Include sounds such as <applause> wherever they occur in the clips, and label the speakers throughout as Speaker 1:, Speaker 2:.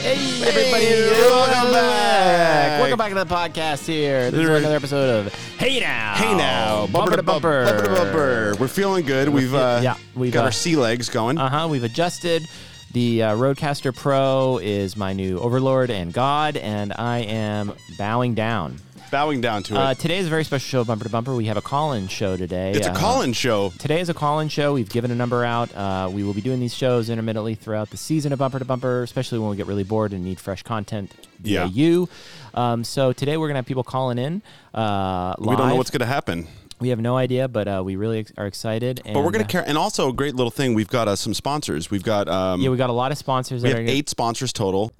Speaker 1: Hey, everybody, welcome back. Welcome back to the podcast here. This is another episode of Hey Now.
Speaker 2: Hey now,
Speaker 1: Bumper to bumper.
Speaker 2: bumper to bumper. We're feeling good. We've uh,
Speaker 1: yeah, we've,
Speaker 2: got
Speaker 1: uh,
Speaker 2: our sea legs going.
Speaker 1: Uh huh. We've adjusted. The uh, Roadcaster Pro is my new overlord and god, and I am bowing down.
Speaker 2: bowing down to it.
Speaker 1: Uh, today is a very special show, Bumper to Bumper. We have a call-in show today.
Speaker 2: it's
Speaker 1: Uh,
Speaker 2: a call-in show.
Speaker 1: Today is a call-in show. We've given a number out. Uh, we will be doing these shows intermittently throughout the season of Bumper to Bumper, especially when we get really bored and need fresh content via
Speaker 2: Yeah.
Speaker 1: you. Um, so today we're gonna have people calling in. Uh, live.
Speaker 2: We don't know what's going to happen,
Speaker 1: We have no idea, but uh, we really ex- are excited. And, uh,
Speaker 2: but we're going to care. And also, a great little thing. We've got uh, some sponsors. We've got um,
Speaker 1: Yeah, we got a lot of sponsors.
Speaker 2: we
Speaker 1: that are
Speaker 2: have
Speaker 1: gonna-
Speaker 2: eight sponsors total.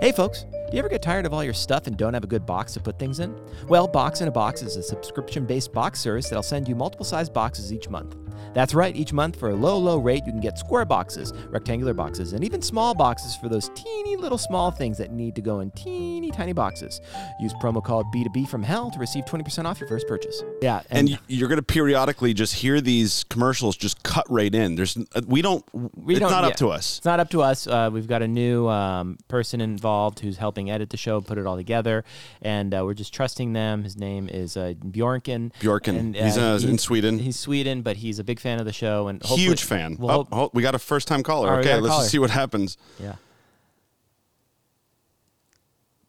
Speaker 1: Hey, folks. Do you ever get tired of all your stuff and don't have a good box to put things in? Well, Box in a Box is a subscription based box service that'll send you multiple sized boxes each month. That's right, each month for a low, low rate, you can get square boxes, rectangular boxes, and even small boxes for those teeny little small things that need to go in teeny tiny boxes. Use promo code B2B from hell to receive 20% off your first purchase. Yeah,
Speaker 2: And y- you're going to periodically just hear these commercials just cut right in. There's uh, we don't.
Speaker 1: we
Speaker 2: it's
Speaker 1: don't-
Speaker 2: not
Speaker 1: yeah.
Speaker 2: up to us.
Speaker 1: It's not up to us. Uh, we've got a new um, person involved who's helping edit the show, put it all together, and uh, we're just trusting them. His name is uh, Bjorken.
Speaker 2: Bjorken. He's, uh, in Sweden.
Speaker 1: He's Sweden, but he's a big fan of the show and hopefully-
Speaker 2: Huge fan.
Speaker 1: We'll
Speaker 2: oh,
Speaker 1: hope-
Speaker 2: oh, we got a first-time caller.
Speaker 1: All right, we got
Speaker 2: okay,
Speaker 1: a
Speaker 2: let's
Speaker 1: caller.
Speaker 2: just see what happens.
Speaker 1: yeah,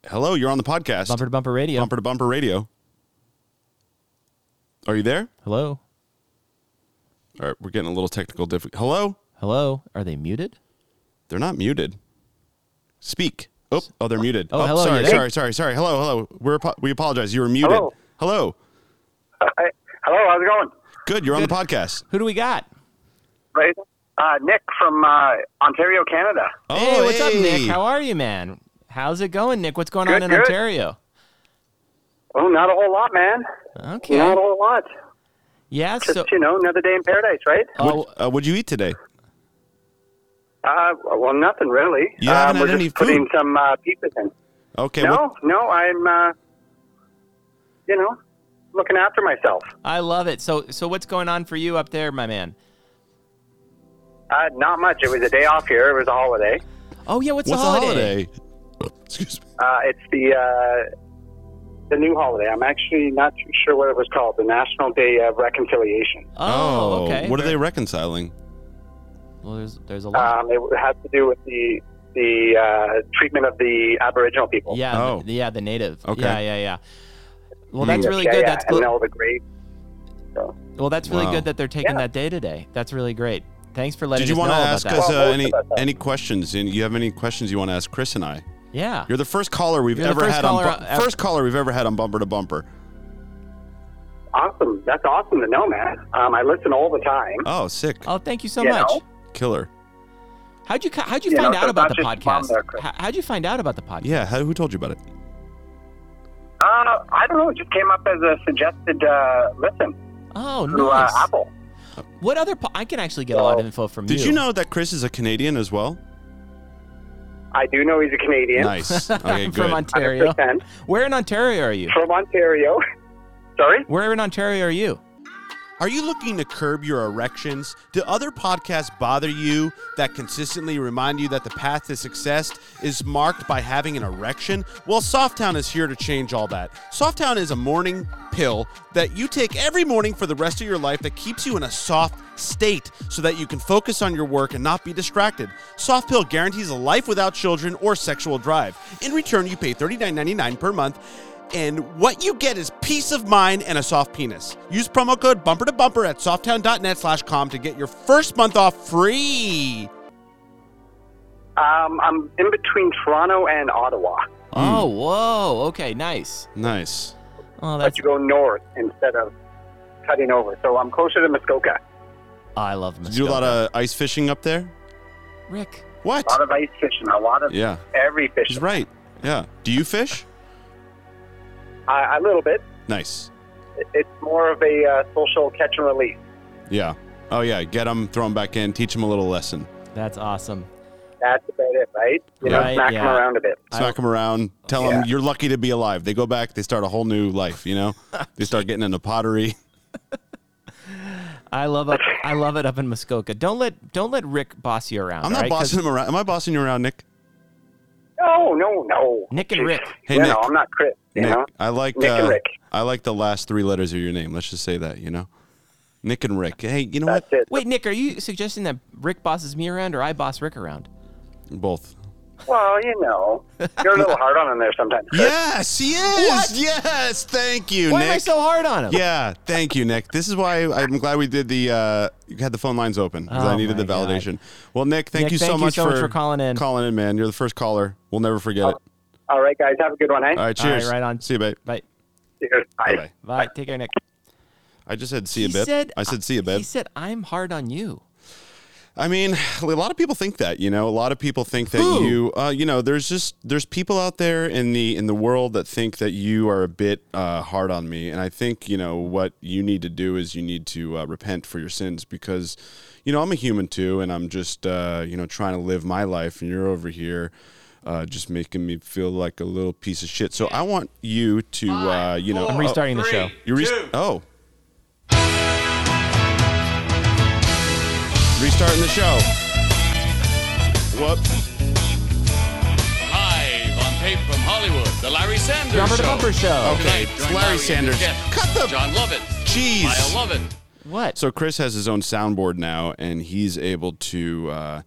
Speaker 2: Hello, you're on the podcast.
Speaker 1: bumper to bumper radio.
Speaker 2: bumper to bumper radio. Are you there?
Speaker 1: Hello,
Speaker 2: All right, we're getting a little technical difficulty. Hello?
Speaker 1: hello. Are they muted?
Speaker 2: They're not muted. Speak. Oh, oh they're muted.
Speaker 1: Oh, hello,
Speaker 2: sorry,
Speaker 1: you there?
Speaker 2: sorry, sorry, sorry. Hello, hello. We're apo- we apologize. You were muted.
Speaker 3: Hello.
Speaker 2: Hello.
Speaker 3: Hey, hello, how's it going?
Speaker 2: Good. You're on the podcast.
Speaker 1: Who do we got?
Speaker 3: Right. Uh, Nick from uh, Ontario, Canada.
Speaker 2: Oh,
Speaker 1: hey, what's up,
Speaker 2: hey.
Speaker 1: Nick? How are you, man? How's it going, Nick? What's going on
Speaker 3: Good,
Speaker 1: in
Speaker 3: good.
Speaker 1: Ontario?
Speaker 3: Oh, not a whole lot, man.
Speaker 1: Okay.
Speaker 3: Not a whole lot.
Speaker 1: Yeah.
Speaker 3: Just,
Speaker 1: So,
Speaker 3: you know, another day in paradise, right?
Speaker 1: oh,
Speaker 2: Uh, what'd you eat today?
Speaker 3: Uh, well, nothing really.
Speaker 2: You
Speaker 3: Uh,
Speaker 2: haven't had
Speaker 3: we're just
Speaker 2: any
Speaker 3: putting
Speaker 2: food?
Speaker 3: some uh, pizzas in.
Speaker 2: Okay.
Speaker 3: no,
Speaker 2: what-
Speaker 3: no, I'm, uh, you know, looking after myself.
Speaker 1: I love it. So, so what's going on for you up there, my man?
Speaker 3: Uh, not much. It was a day off here. It was a holiday.
Speaker 1: Oh yeah, what's,
Speaker 2: what's
Speaker 1: the
Speaker 2: a
Speaker 1: holiday?
Speaker 2: holiday? <laughs> Excuse me.
Speaker 3: Uh, it's the uh, the new holiday. I'm actually not too sure what it was called. The National Day of Reconciliation.
Speaker 1: Oh, okay.
Speaker 2: What are they reconciling?
Speaker 1: Well, there's there's a lot.
Speaker 3: Um, it has to do with the the uh, treatment of the Aboriginal people.
Speaker 1: yeah,
Speaker 2: Oh.
Speaker 1: the, yeah, the native.
Speaker 2: Okay.
Speaker 1: Yeah, yeah, yeah. Well, that's
Speaker 3: Yeah,
Speaker 1: really
Speaker 3: yeah,
Speaker 1: good.
Speaker 3: yeah,
Speaker 1: That's
Speaker 3: and
Speaker 1: cool.
Speaker 3: all the graves. So,
Speaker 1: Well, that's really
Speaker 2: Wow.
Speaker 1: good that they're taking
Speaker 3: Yeah.
Speaker 1: that day today. That's really great. Thanks for letting
Speaker 2: Did you
Speaker 1: us know
Speaker 2: want to
Speaker 1: about
Speaker 2: ask
Speaker 1: that.
Speaker 2: us
Speaker 3: Well,
Speaker 2: uh,
Speaker 3: most
Speaker 2: any
Speaker 3: about that.
Speaker 2: any questions? And you have any questions you want to ask Chris and I?
Speaker 1: Yeah.
Speaker 2: You're the first caller we've
Speaker 1: You're the
Speaker 2: ever
Speaker 1: first
Speaker 2: had
Speaker 1: caller uh,
Speaker 2: on bu-
Speaker 1: I-
Speaker 2: first caller we've ever had on bumper to bumper.
Speaker 3: awesome. That's awesome to know, man. Um, I listen all the time.
Speaker 2: Oh, sick.
Speaker 1: oh, thank you so
Speaker 3: You
Speaker 1: much.
Speaker 3: know.
Speaker 2: Killer.
Speaker 1: How'd you co- how'd you
Speaker 3: You
Speaker 1: find
Speaker 3: know,
Speaker 1: out about the
Speaker 3: sometimes it's fun
Speaker 1: podcast?
Speaker 3: there, Chris.
Speaker 1: How- how'd you find out about the podcast?
Speaker 2: Yeah, how, who told you about it?
Speaker 3: Uh, I don't know. It just came up as a suggested uh, listen
Speaker 1: Oh,
Speaker 3: through uh,
Speaker 1: nice.
Speaker 3: Apple.
Speaker 1: what other? Po- I can actually get a lot of
Speaker 3: So-
Speaker 1: info from
Speaker 2: Did you know that Chris is a Canadian as well?
Speaker 3: I do know he's a Canadian
Speaker 2: Nice.
Speaker 1: <laughs>
Speaker 2: Okay,
Speaker 1: I'm <laughs>
Speaker 2: good.
Speaker 1: from Ontario.
Speaker 3: 100%.
Speaker 1: Where in Ontario are you?
Speaker 3: from Ontario. <laughs> Sorry.
Speaker 1: Where in Ontario are you?
Speaker 2: Are you looking to curb your erections? Do other podcasts bother you that consistently remind you that the path to success is marked by having an erection? Well, Softtown is here to change all that. Softtown is a morning pill that you take every morning for the rest of your life that keeps you in a soft state so that you can focus on your work and not be distracted. Soft Pill guarantees a life without children or sexual drive. In return, you pay $39.99 per month. And what you get is peace of mind and a soft penis. Use promo code bumper to bumper at softtown.net slash com to get your first month off free.
Speaker 3: Um, I'm in between Toronto and Ottawa.
Speaker 2: Hmm.
Speaker 1: Oh, whoa. Okay, nice.
Speaker 2: Nice.
Speaker 1: Oh,
Speaker 3: But
Speaker 1: that's.
Speaker 3: you go north instead of cutting over. So I'm closer to Muskoka.
Speaker 1: I love.
Speaker 2: Did you do a lot
Speaker 1: Muskoka.
Speaker 2: of ice fishing up there?
Speaker 1: Rick.
Speaker 2: What?
Speaker 3: A lot of ice fishing. A lot of
Speaker 2: Yeah.
Speaker 3: every fishing.
Speaker 2: He's right. Yeah. Do you fish?
Speaker 3: Uh, a little bit.
Speaker 2: Nice.
Speaker 3: It- It's more of a uh, social catch and release.
Speaker 2: Yeah. Oh, yeah. Get them, throw them back in, teach them a little lesson.
Speaker 1: That's awesome.
Speaker 3: That's about it, right? You know,
Speaker 1: Right,
Speaker 3: smack them
Speaker 1: yeah.
Speaker 3: around a bit.
Speaker 2: Smack them around. Tell them
Speaker 3: Yeah.
Speaker 2: you're lucky to be alive. They go back, they start a whole new life, you <laughs> know? they start getting into pottery.
Speaker 1: I love up. I love it up in Muskoka. Don't let don't let Rick boss you around.
Speaker 2: I'm not
Speaker 1: all right? 'Cause-
Speaker 2: bossing them around. Am I bossing you around, Nick?
Speaker 3: Oh no, no.
Speaker 1: Nick and Rick.
Speaker 2: Hey,
Speaker 3: you
Speaker 2: Nick.
Speaker 3: know, I'm not Chris. You
Speaker 2: Nick,
Speaker 3: know,
Speaker 2: I like
Speaker 3: Uh-huh. Nick and
Speaker 2: uh,
Speaker 3: Rick.
Speaker 2: I like the last three letters of your name. Let's just say that, you know, Nick and Rick. Hey, you know
Speaker 3: that's
Speaker 2: what?
Speaker 3: it.
Speaker 1: Wait, Nick, are you suggesting that Rick bosses me around or I boss Rick around?
Speaker 2: Both.
Speaker 3: Well, you know, you're
Speaker 2: <laughs>
Speaker 3: a little hard on him there sometimes. Chris.
Speaker 2: Yes, he is.
Speaker 1: What?
Speaker 2: Yes, thank you,
Speaker 1: Why
Speaker 2: Nick.
Speaker 1: am I so hard on him?
Speaker 2: yeah, thank you, Nick. This is why I'm glad we did the uh, you had the phone lines open because I
Speaker 1: Oh,
Speaker 2: needed
Speaker 1: my
Speaker 2: the
Speaker 1: God.
Speaker 2: validation. Well, Nick, thank
Speaker 1: Nick,
Speaker 2: you so,
Speaker 1: thank you
Speaker 2: much,
Speaker 1: so
Speaker 2: for
Speaker 1: much for calling in.
Speaker 2: Calling in, man. You're the first caller. We'll never
Speaker 3: Oh.
Speaker 2: forget it.
Speaker 3: All right, guys, have a good one, eh?
Speaker 2: All right,
Speaker 1: All right,
Speaker 2: cheers.
Speaker 1: right on.
Speaker 2: See you, babe.
Speaker 1: Bye.
Speaker 3: Cheers.
Speaker 2: Bye. Bye.
Speaker 1: Bye. Take care, Nick.
Speaker 2: I just said see you,
Speaker 1: He
Speaker 2: babe.
Speaker 1: said-
Speaker 2: I said see you, babe.
Speaker 1: He said, I'm hard on you.
Speaker 2: I mean, a lot of people think that, you know, a lot of people think that
Speaker 1: Who?
Speaker 2: you, uh, you know, there's just there's people out there in the in the world that think that you are a bit uh, hard on me, and I think you know what you need to do is you need to uh, repent for your sins because, you know, I'm a human too, and I'm just uh, you know trying to live my life, and you're over here. Uh, just making me feel like a little piece of shit. So I want you to, uh, you know,
Speaker 1: I'm restarting the show.
Speaker 2: you rest- oh. Restarting the show. What?
Speaker 4: Live on tape from Hollywood, the Larry Sanders
Speaker 1: Bumper to
Speaker 4: Show.
Speaker 1: bumper show.
Speaker 2: Okay,
Speaker 4: Tonight,
Speaker 2: it's
Speaker 4: join
Speaker 2: Larry
Speaker 4: and
Speaker 2: Sanders.
Speaker 4: Jeff,
Speaker 2: Cut the-
Speaker 4: John Lovett.
Speaker 2: Jeez.
Speaker 4: Maya Lovett.
Speaker 1: What?
Speaker 2: So Chris has his own soundboard now, and he's able to, uh,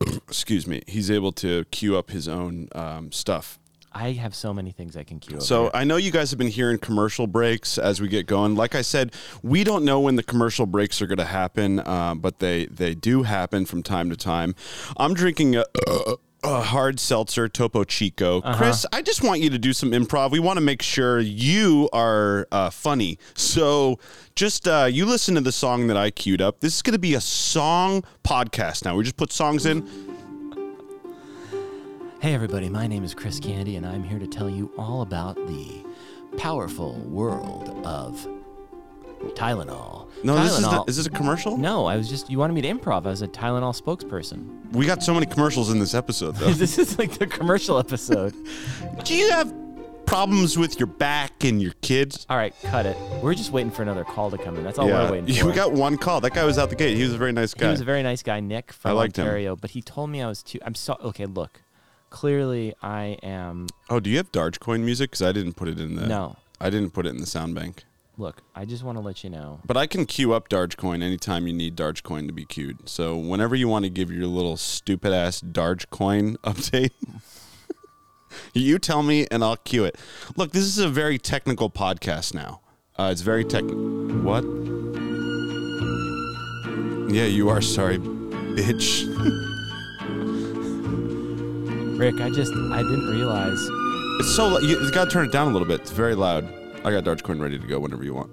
Speaker 2: <coughs> excuse me, he's able to queue up his own um, stuff.
Speaker 1: I have so many things I can cue up.
Speaker 2: So I know you guys have been hearing commercial breaks as we get going. Like I said, we don't know when the commercial breaks are going to happen, uh, but they they do happen from time to time. I'm drinking a. a hard seltzer, Topo Chico.
Speaker 1: Uh-huh.
Speaker 2: Chris, I just want you to do some improv. We want to make sure you are uh, funny. So just uh, you listen to the song that I queued up. This is going to be a song podcast now. We just put songs in.
Speaker 1: Hey, everybody, my name is Chris Candy, and I'm here to tell you all about the powerful world of Tylenol.
Speaker 2: No,
Speaker 1: Tylenol.
Speaker 2: this is, the, is this a commercial?
Speaker 1: no, I was just, you wanted me to improv. I was a Tylenol spokesperson.
Speaker 2: We got so many commercials in this
Speaker 1: <laughs>
Speaker 2: episode, though.
Speaker 1: this is like the commercial
Speaker 2: <laughs>
Speaker 1: episode.
Speaker 2: Do you have problems with your back and your kids?
Speaker 1: all right, cut it. We're just waiting for another call to come in. That's all Oh, we're waiting
Speaker 2: Yeah,
Speaker 1: for.
Speaker 2: we got one call. That guy was out the gate. He was a very nice guy.
Speaker 1: He was a very nice guy, Nick from
Speaker 2: I liked him.
Speaker 1: Ontario, but he told me I was too. I'm so okay. Look, clearly I am.
Speaker 2: oh, do you have Dogecoin music? Because I didn't put it in the.
Speaker 1: No.
Speaker 2: I didn't put it in the sound bank.
Speaker 1: Look, I just want to let you know.
Speaker 2: But I can queue up Dogecoin anytime you need Dogecoin to be queued. So whenever you want to give your little stupid ass Dogecoin <laughs> update, you tell me and I'll queue it. Look, this is a very technical podcast now. Uh, it's very technical. What? Yeah, you are sorry, bitch.
Speaker 1: Rick, I just I didn't realize.
Speaker 2: It's so lou- you, you gotta turn it down a little bit. It's very loud. I got Dogecoin ready to go whenever you want.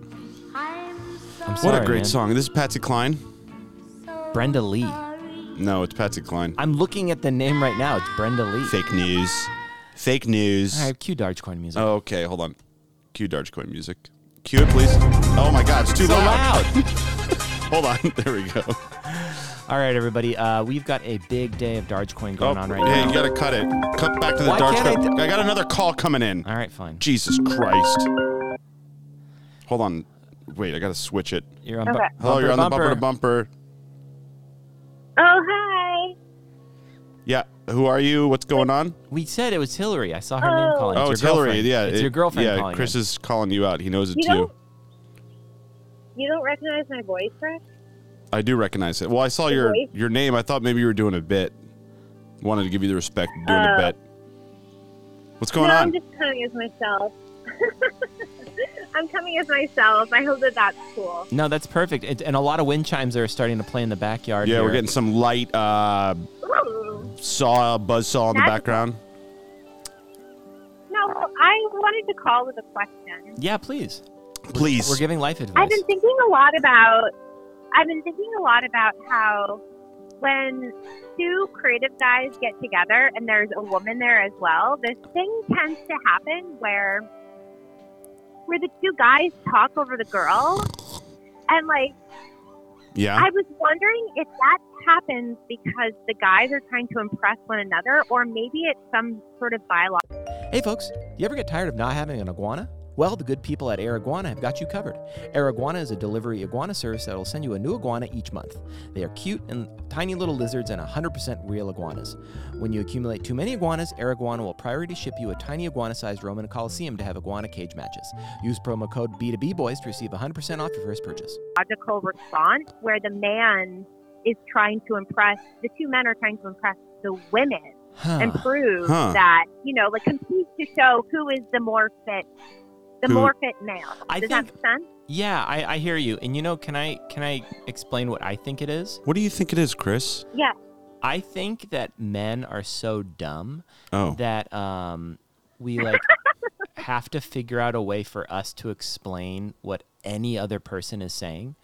Speaker 1: I'm sorry,
Speaker 2: What a great
Speaker 1: man.
Speaker 2: song! This is Patsy Cline.
Speaker 1: Brenda Lee.
Speaker 2: No, it's Patsy Cline.
Speaker 1: I'm looking at the name right now. It's Brenda Lee.
Speaker 2: Fake news. Fake news.
Speaker 1: All right, cue Dogecoin music.
Speaker 2: Oh, okay, hold on. Cue Dogecoin music. Cue it, please. Oh my God, it's too
Speaker 1: so
Speaker 2: loud.
Speaker 1: loud.
Speaker 2: <laughs> Hold on. <laughs> There we go.
Speaker 1: All right, everybody. Uh, we've got a big day of Dogecoin going
Speaker 2: oh,
Speaker 1: on right
Speaker 2: hey,
Speaker 1: now.
Speaker 2: you gotta cut it. Cut back to the
Speaker 1: Why can't I
Speaker 2: Dogecoin.
Speaker 1: do-
Speaker 2: I got another call coming in.
Speaker 1: All right, fine.
Speaker 2: Jesus Christ. Hold on. Wait, I gotta switch it.
Speaker 1: You're on. bu-
Speaker 5: Okay.
Speaker 2: Hello, you're on the bumper to
Speaker 1: bumper.
Speaker 2: bumper.
Speaker 5: Oh, hi.
Speaker 2: Yeah. Who are you? What's going on?
Speaker 1: We said it was Hillary. I saw her name
Speaker 5: Oh.
Speaker 1: calling.
Speaker 2: oh,
Speaker 1: your
Speaker 2: it's Hillary.
Speaker 1: girlfriend.
Speaker 2: Yeah,
Speaker 1: it's
Speaker 2: it-
Speaker 1: your girlfriend
Speaker 2: Yeah,
Speaker 1: calling.
Speaker 2: Chris
Speaker 1: in.
Speaker 2: is calling you out. He knows it
Speaker 5: You
Speaker 2: too.
Speaker 5: don't- You don't recognize my voice, Rick?
Speaker 2: I do recognize it. Well, I saw your
Speaker 5: voice?
Speaker 2: your name. I thought maybe you were doing a bit. Wanted to give you the respect of doing a
Speaker 5: Uh,
Speaker 2: bit. What's going
Speaker 5: no,
Speaker 2: on?
Speaker 5: I'm just coming as myself. <laughs> I'm coming as myself. I hope that that's cool.
Speaker 1: No, that's perfect. It, and a lot of wind chimes are starting to play in the backyard.
Speaker 2: yeah, we're
Speaker 1: here.
Speaker 2: getting some light uh,
Speaker 5: Ooh.
Speaker 2: saw buzzsaw in the
Speaker 5: That's-
Speaker 2: background.
Speaker 5: No, I wanted to call with a question.
Speaker 1: Yeah, please.
Speaker 2: Please.
Speaker 1: We're giving life advice.
Speaker 5: I've been thinking a lot about. I've been thinking a lot about how when two creative guys get together and there's a woman there as well, this thing tends to happen where where the two guys talk over the girl and like
Speaker 2: yeah.
Speaker 5: I was wondering if that happens because the guys are trying to impress one another, or maybe it's some sort of bylaw.
Speaker 1: Hey, folks, you ever get tired of not having an iguana? Well, the good people at Air Iguana have got you covered. Air Iguana is a delivery iguana service that will send you a new iguana each month. They are cute and tiny little lizards and 100% real iguanas. When you accumulate too many iguanas, Air Iguana will priority ship you a tiny iguana sized Roman Coliseum to have iguana cage matches. Use promo code B2BBoys to receive 100% off your first purchase.
Speaker 5: Logical response where the man is trying to impress, the two men are trying to impress the women and prove
Speaker 2: Huh.
Speaker 5: that, you know, like compete to show who is the more fit, the
Speaker 2: Who-
Speaker 5: more fit male. Does
Speaker 1: I
Speaker 5: that
Speaker 1: think-
Speaker 5: make sense?
Speaker 1: Yeah, I, I hear you. And you know, can I can I explain what I think it is?
Speaker 2: What do you think it is, Chris?
Speaker 5: Yeah.
Speaker 1: I think that men are so dumb
Speaker 2: Oh.
Speaker 1: that um, we
Speaker 2: <laughs>
Speaker 1: like have to figure out a way for us to explain what any other person is saying.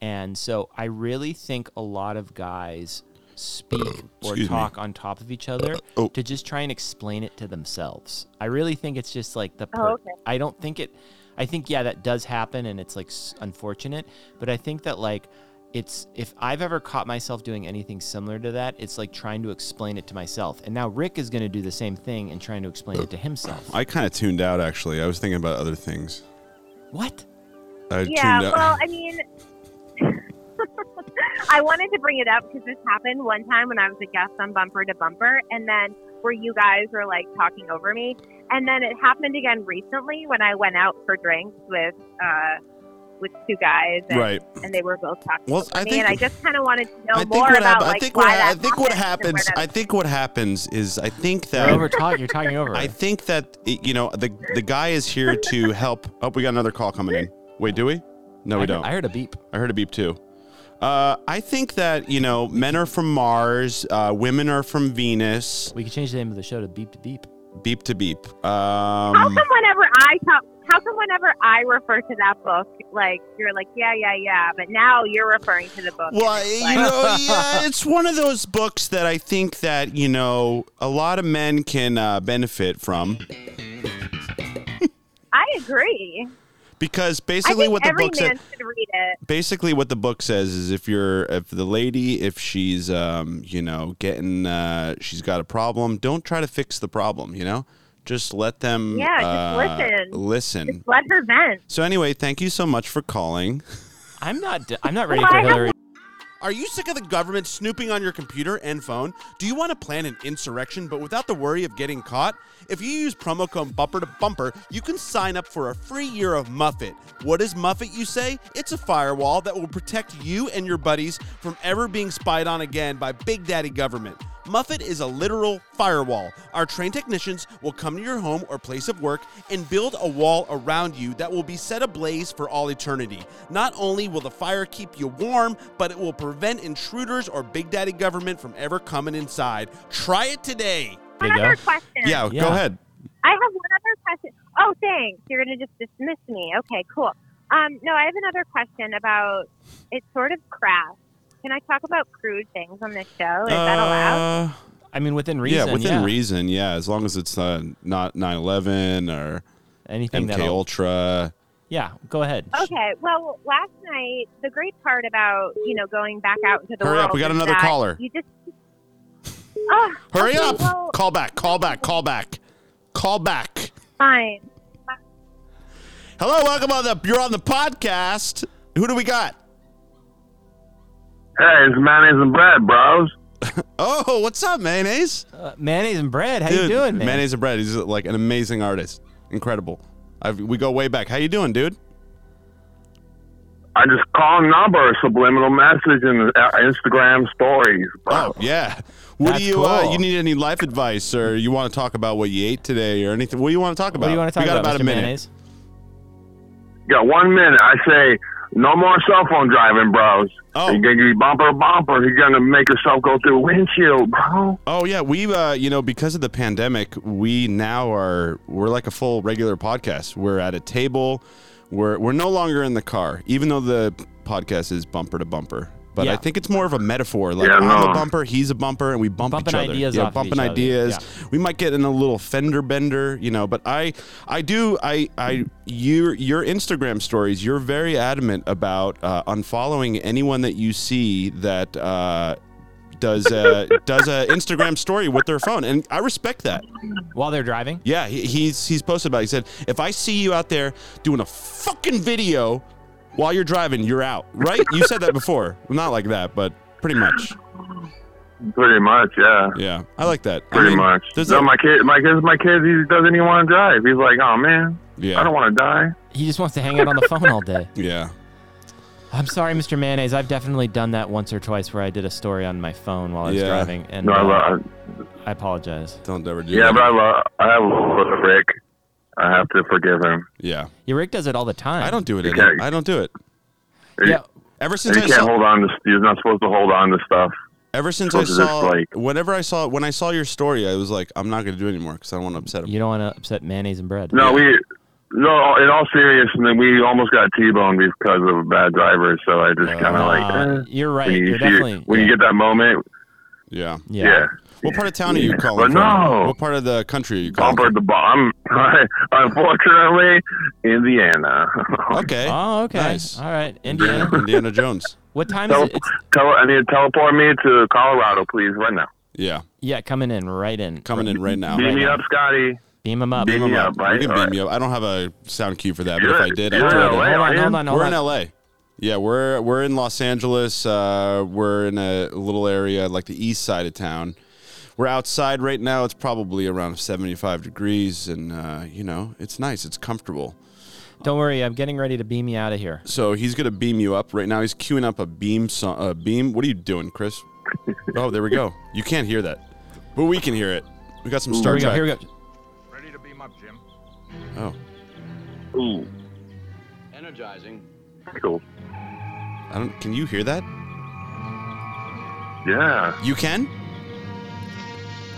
Speaker 1: And so I really think a lot of guys
Speaker 2: <coughs>
Speaker 1: speak or
Speaker 2: Excuse me.
Speaker 1: talk on top of each other
Speaker 2: Oh.
Speaker 1: to just try and explain it to themselves. I really think it's just like the
Speaker 5: Oh,
Speaker 1: per-
Speaker 5: okay.
Speaker 1: I don't think it I think yeah that does happen and it's like s- unfortunate, but I think that like it's if I've ever caught myself doing anything similar to that, it's like trying to explain it to myself. And now Rick is going to do the same thing and trying to explain it to himself.
Speaker 2: I kind of tuned out, actually. I was thinking about other things.
Speaker 1: What?
Speaker 2: I
Speaker 5: Yeah,
Speaker 2: tuned out.
Speaker 5: well, I mean, <laughs> I wanted to bring it up because this happened one time when I was a guest on Bumper to Bumper, and then where you guys were like talking over me, and then it happened again recently when I went out for drinks with uh, with two guys,
Speaker 2: <laughs>
Speaker 5: and,
Speaker 2: right.
Speaker 5: and they were both talking
Speaker 2: Well,
Speaker 5: over
Speaker 2: I
Speaker 5: me,
Speaker 2: think-
Speaker 5: and I just kind of wanted to know
Speaker 2: I
Speaker 5: more
Speaker 2: think what
Speaker 5: about
Speaker 2: happened. I
Speaker 5: like
Speaker 2: think
Speaker 5: why
Speaker 2: what
Speaker 5: that
Speaker 2: I think what
Speaker 5: happened and
Speaker 2: happens. I
Speaker 5: where
Speaker 2: think what happens is I think
Speaker 1: You're
Speaker 2: that
Speaker 1: <laughs> over talk- you're talking over.
Speaker 2: I
Speaker 1: her.
Speaker 2: think that you know the the guy is here <laughs> to help. Oh, we got another call coming in. Wait, do we? No, we
Speaker 1: I heard-
Speaker 2: don't.
Speaker 1: I heard a beep.
Speaker 2: I heard a beep too. Uh, I think that you know men are from Mars, uh, women are from Venus.
Speaker 1: We could change the name of the show to Beep to Beep.
Speaker 2: Beep to beep.
Speaker 5: that- how
Speaker 2: Um,
Speaker 5: come whenever I talk, how come whenever I refer to that book, like you're like yeah, yeah, yeah, but now you're referring to the book. and
Speaker 2: well, I-
Speaker 5: it's
Speaker 2: you
Speaker 5: like-
Speaker 2: know, yeah, it's one of those books that I think that you know a lot of men can uh, benefit from
Speaker 5: I agree.
Speaker 2: because
Speaker 5: I
Speaker 2: basically
Speaker 5: think
Speaker 2: what the
Speaker 5: every
Speaker 2: book said.
Speaker 5: man should read it.
Speaker 2: basically what the book says is if you're if the lady if she's um you know getting uh she's got a problem don't try to fix the problem you know just let them
Speaker 5: Yeah, just
Speaker 2: uh,
Speaker 5: listen.
Speaker 2: listen
Speaker 5: Let her vent.
Speaker 2: so anyway thank you so much for calling
Speaker 1: I'm not. d- I'm not ready
Speaker 5: Well,
Speaker 1: for
Speaker 5: I have
Speaker 1: Hillary.
Speaker 2: are you sick of the government snooping on your computer and phone? Do you want to plan an insurrection but without the worry of getting caught? If you use promo code bumper to bumper, you can sign up for a free year of Muffet. What is Muffet, you say? It's a firewall that will protect you and your buddies from ever being spied on again by Big Daddy government. Muffet is a literal firewall. Our trained technicians will come to your home or place of work and build a wall around you that will be set ablaze for all eternity. Not only will the fire keep you warm, but it will prevent intruders or Big Daddy government from ever coming inside. Try it today.
Speaker 1: There
Speaker 5: One
Speaker 1: you go.
Speaker 5: other question.
Speaker 2: Yeah,
Speaker 1: Yeah.
Speaker 2: go ahead.
Speaker 5: I have one other question. Oh, thanks. You're going to just dismiss me. Okay, cool. Um, no, I have another question about it sort of crashed. Can I talk about crude things on this show? Is that allowed?
Speaker 2: Uh,
Speaker 1: I mean, within reason.
Speaker 2: yeah, within reason. Yeah, as long as it's uh, not 9/11 or
Speaker 1: Anything
Speaker 2: MK
Speaker 1: that.
Speaker 2: Ultra.
Speaker 1: Yeah. Go ahead.
Speaker 5: Okay. Well, last night the great part about you know going back out into the
Speaker 2: Hurry up,
Speaker 5: world
Speaker 2: we got
Speaker 5: is
Speaker 2: another
Speaker 5: that
Speaker 2: caller.
Speaker 5: You just. <laughs> Oh,
Speaker 2: Hurry
Speaker 5: okay,
Speaker 2: up!
Speaker 5: well,
Speaker 2: Call back. Call back. Call back. Call back.
Speaker 5: fine.
Speaker 2: Hello, welcome on the. You're on the podcast. Who do we got?
Speaker 6: Hey, it's mayonnaise and bread, bros.
Speaker 2: Oh, what's up, mayonnaise?
Speaker 1: Uh, mayonnaise and bread. How you doing, man?
Speaker 2: Mayonnaise and bread. He's uh, like an amazing artist. Incredible. I've, we go way back. How you doing, dude?
Speaker 6: I just calling number subliminal message in uh, Instagram stories, bro.
Speaker 2: Oh yeah. What
Speaker 1: That's
Speaker 2: do you? Uh,
Speaker 1: cool.
Speaker 2: you need any life advice, or you want to talk about what you ate today, or anything? What do you want to talk
Speaker 1: What
Speaker 2: about?
Speaker 1: do you want to talk
Speaker 2: we got
Speaker 1: about,
Speaker 2: about,
Speaker 1: Mr.
Speaker 2: a minute.
Speaker 1: Mayonnaise?
Speaker 6: Got one minute. I say no more cell phone driving, bros.
Speaker 2: Oh.
Speaker 6: You're gonna be bumper to bumper. You're gonna make yourself go through a windshield, bro.
Speaker 2: Oh yeah, we uh, you know because of the pandemic, we now are we're like a full regular podcast. We're at a table. We're we're no longer in the car, even though the podcast is bumper to bumper. But I
Speaker 1: Yeah.
Speaker 2: think it's more of a metaphor. Like
Speaker 6: Yeah,
Speaker 2: I'm
Speaker 6: no.
Speaker 2: a bumper, he's a bumper, and we bump
Speaker 1: Bumping
Speaker 2: each other.
Speaker 1: ideas
Speaker 2: yeah,
Speaker 1: off of
Speaker 2: bumping
Speaker 1: each other,
Speaker 2: ideas.
Speaker 1: yeah.
Speaker 2: We might get in a little fender bender, you know. But I I do I I your your Instagram stories. You're very adamant about uh, unfollowing anyone that you see that. Uh, does
Speaker 6: <laughs>
Speaker 2: uh, does a Instagram story with their phone, and I respect that.
Speaker 1: While they're driving?
Speaker 2: Yeah, he, he's he's posted about. It. He said, "If I see you out there doing a fucking video while you're driving, you're out." Right? You said that before. Not like that, but pretty much.
Speaker 6: Pretty much, yeah.
Speaker 2: Yeah, I like that. I
Speaker 6: Pretty
Speaker 2: mean,
Speaker 6: much.
Speaker 2: There's
Speaker 6: no,
Speaker 2: a-
Speaker 6: my kid, my kids, my kids. He doesn't even want to drive. He's like, oh man,
Speaker 2: yeah,
Speaker 6: I don't want to die.
Speaker 1: He just wants to hang out on the phone all day. <laughs>
Speaker 2: yeah.
Speaker 1: I'm sorry, Mr. Mayonnaise. I've definitely done that once or twice where I did a story on my phone while I was
Speaker 2: Yeah.
Speaker 1: driving, and
Speaker 6: No, I
Speaker 1: uh,
Speaker 6: love.
Speaker 1: I apologize.
Speaker 2: Don't ever do.
Speaker 6: Yeah,
Speaker 2: that.
Speaker 6: but I love. I love Rick. I have to forgive him.
Speaker 2: yeah.
Speaker 1: Yeah, Rick does it all the time.
Speaker 2: I don't do it.
Speaker 6: You
Speaker 2: Any-
Speaker 6: can't-
Speaker 2: I don't do it.
Speaker 6: He-
Speaker 1: Yeah,
Speaker 2: Ever since
Speaker 6: You
Speaker 2: I
Speaker 6: can't
Speaker 2: saw,
Speaker 6: hold on to. You're not supposed to hold on to stuff.
Speaker 2: ever since I
Speaker 6: Supposed to just,
Speaker 2: saw,
Speaker 6: like-
Speaker 2: whenever I saw, when I saw your story, I was like, I'm not gonna do it anymore because I don't want to upset him.
Speaker 1: you don't want to upset mayonnaise and bread.
Speaker 6: No, we. No, in all seriousness, we almost got T-boned because of bad drivers. So I just kind of
Speaker 1: Uh,
Speaker 6: like. eh.
Speaker 1: you're right.
Speaker 6: When you,
Speaker 1: You're
Speaker 6: see-
Speaker 1: definitely
Speaker 6: when you
Speaker 1: yeah.
Speaker 6: get that moment,
Speaker 2: Yeah.
Speaker 1: yeah.
Speaker 6: yeah.
Speaker 2: What part of town are you
Speaker 6: Yeah.
Speaker 2: calling
Speaker 6: But
Speaker 2: from?
Speaker 6: no.
Speaker 2: What part of the country are you calling?
Speaker 6: Bumper
Speaker 2: From?
Speaker 6: the bomb. <laughs> Unfortunately, Indiana.
Speaker 2: Okay.
Speaker 1: Oh, okay.
Speaker 2: Nice.
Speaker 1: All right,
Speaker 2: Indiana,
Speaker 6: <laughs>
Speaker 1: Indiana.
Speaker 2: Indiana Jones.
Speaker 1: what time is
Speaker 6: Tele-
Speaker 1: it? It's,
Speaker 6: <laughs> tele- I need to teleport me to Colorado, please, right now.
Speaker 2: Yeah,
Speaker 1: yeah, coming in right in.
Speaker 2: coming in right now.
Speaker 6: Beam me
Speaker 1: Oh, now.
Speaker 6: up, Scotty.
Speaker 1: Beam him up.
Speaker 6: Beam
Speaker 2: Beam
Speaker 6: me
Speaker 2: up.
Speaker 6: up, right?
Speaker 2: You can
Speaker 6: All
Speaker 2: beam
Speaker 6: right.
Speaker 2: me up. I don't have a sound cue for that, but
Speaker 6: You're-
Speaker 2: if I did, I'd
Speaker 6: you're
Speaker 2: do
Speaker 6: in
Speaker 2: it.
Speaker 1: Hold
Speaker 6: LA,
Speaker 1: on,
Speaker 6: aren't
Speaker 1: hold
Speaker 6: you?
Speaker 1: on, hold
Speaker 2: We're
Speaker 1: on.
Speaker 2: in LA. Yeah, we're we're in Los Angeles. Uh, we're in a little area like the east side of town. We're outside right now. It's probably around 75 degrees, and uh, you know it's nice. It's comfortable.
Speaker 1: Don't worry, I'm getting ready to beam you out of here.
Speaker 2: So he's gonna beam you up right now. He's queuing up a beam song. A beam. What are you doing,
Speaker 1: <laughs>
Speaker 2: Chris? Oh, there we go. You can't hear that, but we can hear it. We got some
Speaker 1: Here
Speaker 2: Star
Speaker 1: we go.
Speaker 2: Trek.
Speaker 1: Here we go.
Speaker 7: Ready to beam up, Jim.
Speaker 2: Oh,
Speaker 6: Ooh,
Speaker 4: Energizing.
Speaker 6: cool.
Speaker 2: I don't. Can you hear that?
Speaker 6: Yeah.
Speaker 2: You can.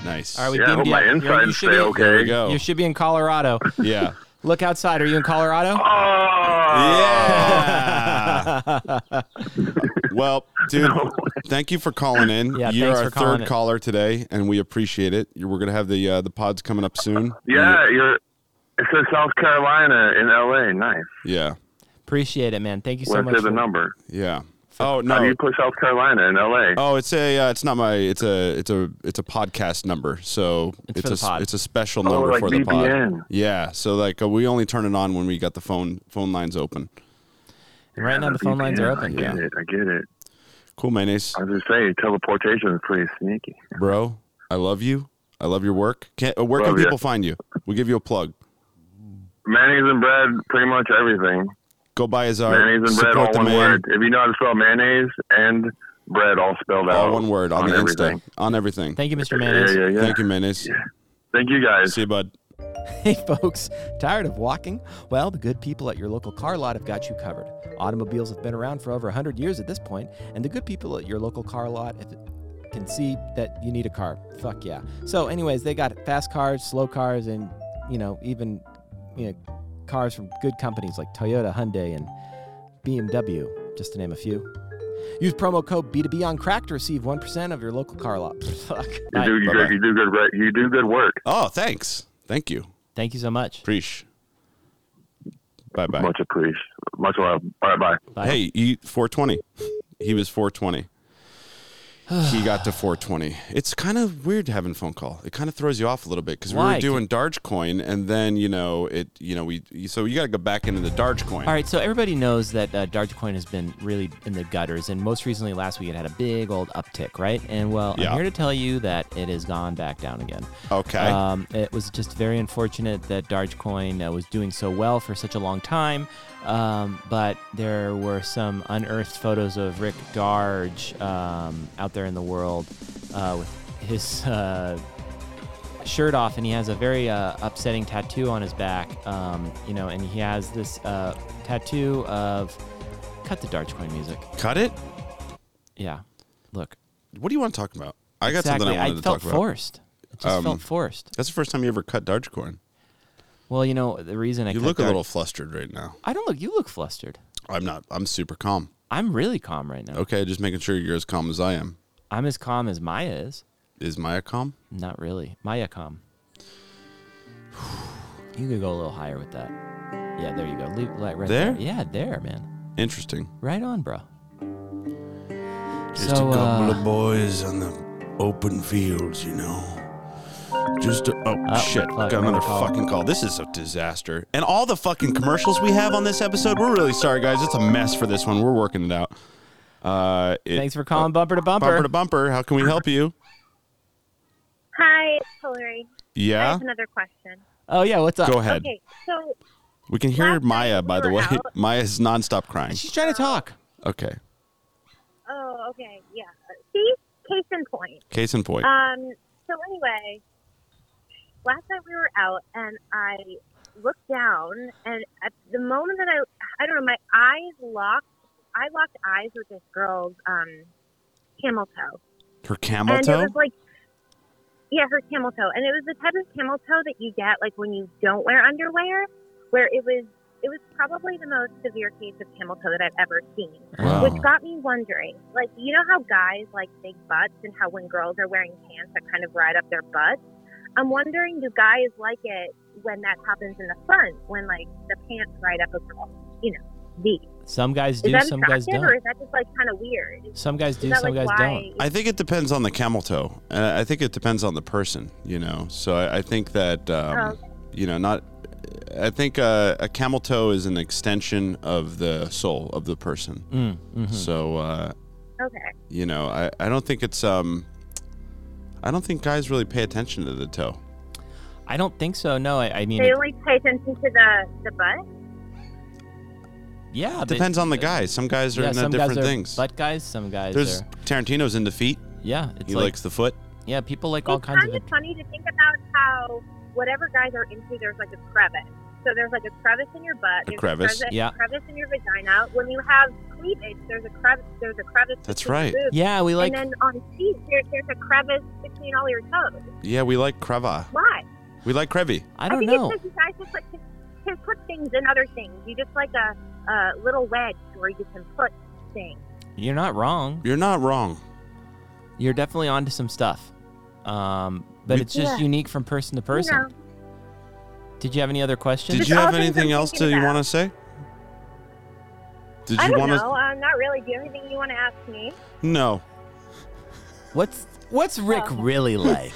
Speaker 2: Nice.
Speaker 1: All right, we
Speaker 6: Yeah, I
Speaker 1: beamed
Speaker 6: hope
Speaker 1: you.
Speaker 6: my
Speaker 1: up. You're- you
Speaker 6: insides
Speaker 1: should be-
Speaker 6: stay
Speaker 2: There we
Speaker 6: okay.
Speaker 2: go.
Speaker 1: You should be in Colorado.
Speaker 2: Yeah.
Speaker 1: Look outside. Are you in
Speaker 6: Oh! Uh,
Speaker 1: Colorado?
Speaker 2: Yeah. well, dude, thank you for calling in.
Speaker 1: Yeah,
Speaker 2: You're
Speaker 1: thanks
Speaker 2: our
Speaker 1: for calling
Speaker 2: third
Speaker 1: in.
Speaker 2: caller today, and we appreciate it. You- We're gonna have the uh, the pods coming up soon.
Speaker 6: <laughs> Yeah, you're. It says South Carolina in LA. Nice.
Speaker 2: Yeah.
Speaker 1: Appreciate it, man. Thank you so
Speaker 6: Where's
Speaker 1: much.
Speaker 6: the
Speaker 1: for-
Speaker 6: number?
Speaker 2: Yeah. Oh
Speaker 6: How do
Speaker 2: no.
Speaker 6: you put South Carolina in LA?
Speaker 2: Oh, it's a uh, it's not my it's a it's a it's a podcast number. So
Speaker 1: It's
Speaker 2: it's,
Speaker 1: for
Speaker 2: a
Speaker 1: the
Speaker 2: s-
Speaker 1: pod.
Speaker 2: it's a special
Speaker 6: Oh,
Speaker 2: number
Speaker 6: like
Speaker 2: for the pod.
Speaker 6: VPN.
Speaker 2: Yeah. So like uh, we only turn it on when we got the phone phone lines open.
Speaker 1: And right now, the phone lines are
Speaker 6: I
Speaker 1: open.
Speaker 6: get it. I get it.
Speaker 2: Cool, mayonnaise.
Speaker 6: I was just saying, teleportation is pretty sneaky.
Speaker 2: bro. I love you. I love your work. Can't, uh, where can
Speaker 6: Love ya.
Speaker 2: people find you? We give you a plug.
Speaker 6: Mayonnaise and bread, pretty much everything.
Speaker 2: Go buy his art.
Speaker 6: Mayonnaise and bread,
Speaker 2: support
Speaker 6: all
Speaker 2: the
Speaker 6: one
Speaker 2: man.
Speaker 6: word. If you know how to spell mayonnaise and bread, all spelled out.
Speaker 2: All one word on,
Speaker 6: Oh, on
Speaker 2: the
Speaker 6: everything.
Speaker 2: Insta. On everything.
Speaker 1: Thank you, Mr.
Speaker 6: Yeah,
Speaker 1: Mayonnaise.
Speaker 6: yeah, yeah.
Speaker 2: Thank you, Menace.
Speaker 6: Thank you guys.
Speaker 2: See you, bud.
Speaker 1: <laughs> Hey, folks, tired of walking? Well, the good people at your local car lot have got you covered. Automobiles have been around for over 100 years at this point, and the good people at your local car lot if can see that you need a car. Fuck yeah. So, anyways, they got fast cars, slow cars, and, you know, even, you know, cars from good companies like Toyota, Hyundai, and BMW, just to name a few. Use promo code B2B on crack to receive 1% of your local car lot. <laughs> Fuck.
Speaker 6: You do, you,
Speaker 2: Bye-bye.
Speaker 6: good, you do good. work- You do good work.
Speaker 2: Oh, thanks. Thank you.
Speaker 1: Thank you so much.
Speaker 2: Preach. Bye bye.
Speaker 6: Much appreciated. Much love. All right, bye.
Speaker 1: Bye.
Speaker 2: Hey, you 420. He was 420. he got to 420. It's kind of weird having phone call. It kind of throws you off a little bit because we
Speaker 1: Why?
Speaker 2: were doing Dogecoin, and then you know it. You know we. So you got to go back into the Dogecoin.
Speaker 1: All right, so everybody knows that uh, Dogecoin has been really in the gutters, and most recently last week it had a big old uptick, right? And well,
Speaker 2: Yeah. Oh,
Speaker 1: I'm here to tell you that it has gone back down again.
Speaker 2: Okay.
Speaker 1: Um, it was just very unfortunate that Dogecoin uh, was doing so well for such a long time, um, but there were some unearthed photos of Rick Darge um, out there in the world uh, with his. <laughs> Uh, shirt off and he has a very uh, upsetting tattoo on his back um, you know and he has this uh, tattoo of cut the Dogecoin music
Speaker 2: Cut it.
Speaker 1: yeah look
Speaker 2: What do you want to talk about? I got
Speaker 1: exactly
Speaker 2: something I wanted to
Speaker 1: felt
Speaker 2: talk about.
Speaker 1: forced it just
Speaker 2: Um,
Speaker 1: felt forced
Speaker 2: That's the first time you ever cut Dogecoin.
Speaker 1: well you know the reason I
Speaker 2: You
Speaker 1: cut
Speaker 2: look a
Speaker 1: Doge-
Speaker 2: little flustered right now.
Speaker 1: I don't look you look flustered
Speaker 2: I'm not. I'm super calm.
Speaker 1: I'm really calm right now
Speaker 2: Okay, just making sure you're as calm as I am.
Speaker 1: I'm as calm as Maya is
Speaker 2: Is Maya calm?
Speaker 1: not really Maya calm <sighs> you could go a little higher with that yeah there you go Leave, like, right
Speaker 2: There?
Speaker 1: there yeah there man
Speaker 2: Interesting.
Speaker 1: Right on, bro.
Speaker 8: Just a couple
Speaker 1: uh,
Speaker 8: of boys on the open fields, you know. Just a, oh,
Speaker 1: Oh,
Speaker 8: shit,
Speaker 1: fuck,
Speaker 8: got another
Speaker 1: another call.
Speaker 8: fucking call.
Speaker 2: This is a disaster. And all the fucking commercials we have on this episode, we're really sorry, guys. It's a mess for this one. We're working it out. Uh, it-
Speaker 1: Thanks for calling Bumper to Bumper.
Speaker 2: Bumper to bumper. How can we help you?
Speaker 5: Hi, it's Hillary. I
Speaker 2: Yeah.
Speaker 5: have another question.
Speaker 1: oh yeah, what's up?
Speaker 2: Go ahead.
Speaker 5: Okay, so
Speaker 2: We can hear
Speaker 5: Last night
Speaker 2: Maya,
Speaker 5: we
Speaker 2: by the
Speaker 5: were
Speaker 2: way.
Speaker 5: out.
Speaker 2: Maya's nonstop crying.
Speaker 1: She's trying to talk.
Speaker 2: Okay.
Speaker 5: oh, okay, yeah. See, case in point.
Speaker 2: Case in point.
Speaker 5: Um, so anyway, last night we were out and I looked down and at the moment that I, I don't know, my eyes locked, I locked eyes with this girl's, um, camel toe.
Speaker 2: Her camel
Speaker 5: and
Speaker 2: toe?
Speaker 5: it was like, yeah, her camel toe. And it was the type of camel toe that you get like when you don't wear underwear, where it was, it was probably the most severe case of camel toe that I've ever seen
Speaker 2: Wow.
Speaker 1: Oh.
Speaker 5: which got me wondering like you know how guys like big butts and how when girls are wearing pants that kind of ride up their butts i'm wondering do guys like it when that happens in the front when like the pants ride up a girl you know v
Speaker 1: Some guys
Speaker 5: is
Speaker 1: do,
Speaker 5: that
Speaker 1: some guys
Speaker 5: attractive or
Speaker 1: don't.
Speaker 5: is that just like kind of weird is
Speaker 1: Some guys do,
Speaker 5: that
Speaker 1: some
Speaker 5: like
Speaker 1: guys
Speaker 5: why
Speaker 1: don't.
Speaker 2: I think it depends on the camel toe. And I think it depends on the person, you know. So I, I think that, um,
Speaker 5: Oh.
Speaker 2: you know, not. I think uh, a camel toe is an extension of the soul of the person.
Speaker 1: Mm, mhm.
Speaker 2: So, uh,
Speaker 5: okay
Speaker 2: you know, I, I don't think it's. um I don't think guys really pay attention to the toe.
Speaker 1: I don't think so. No, I, I mean,
Speaker 5: they
Speaker 1: it-
Speaker 5: only pay attention to the the butt
Speaker 1: yeah,
Speaker 2: It
Speaker 1: they-
Speaker 2: depends on the guys. Some guys are
Speaker 1: Yeah,
Speaker 2: into
Speaker 1: some guys
Speaker 2: different
Speaker 1: are
Speaker 2: things.
Speaker 1: butt guys, some guys
Speaker 2: There's
Speaker 1: are.
Speaker 2: Tarantino's into feet.
Speaker 1: Yeah, it's
Speaker 2: he
Speaker 1: like
Speaker 2: likes the foot.
Speaker 1: yeah, people like all
Speaker 5: it's
Speaker 1: kinds
Speaker 5: kind
Speaker 1: of.
Speaker 5: of funny to think about how whatever guys are into, there's like a crevice. So there's like a crevice in your butt. there's
Speaker 2: crevice,
Speaker 5: A crevice,
Speaker 1: yeah.
Speaker 5: crevice in your vagina. When you have cleavage, there's a crevice. There's a crevice.
Speaker 2: That's
Speaker 5: between
Speaker 2: right.
Speaker 5: your boobs.
Speaker 1: Yeah, we like.
Speaker 5: and then on feet, there, there's a crevice between all your toes.
Speaker 2: Yeah, we like creva.
Speaker 5: Why?
Speaker 2: We like crevy.
Speaker 1: I don't
Speaker 5: think
Speaker 1: know.
Speaker 5: it's because you guys just like can, can put things in other things. You just like a, a little wedge where you can put things.
Speaker 1: You're not wrong.
Speaker 2: You're not wrong.
Speaker 1: You're definitely onto some stuff. Um, but
Speaker 2: We-
Speaker 1: it's just
Speaker 5: Yeah.
Speaker 1: unique from person to person.
Speaker 5: You know,
Speaker 1: Did you have any other questions?
Speaker 2: Did
Speaker 5: Just
Speaker 2: you
Speaker 5: all
Speaker 2: have
Speaker 5: things I'm
Speaker 2: anything else to,
Speaker 5: thinking
Speaker 2: you
Speaker 5: about.
Speaker 2: want to say? Did
Speaker 5: I
Speaker 2: you
Speaker 5: don't
Speaker 2: want
Speaker 5: know.
Speaker 2: to?
Speaker 5: Uh, not really. Do you have anything you want to ask me?
Speaker 2: No.
Speaker 1: What's What's Rick
Speaker 5: okay.
Speaker 1: really
Speaker 5: <laughs>
Speaker 1: like?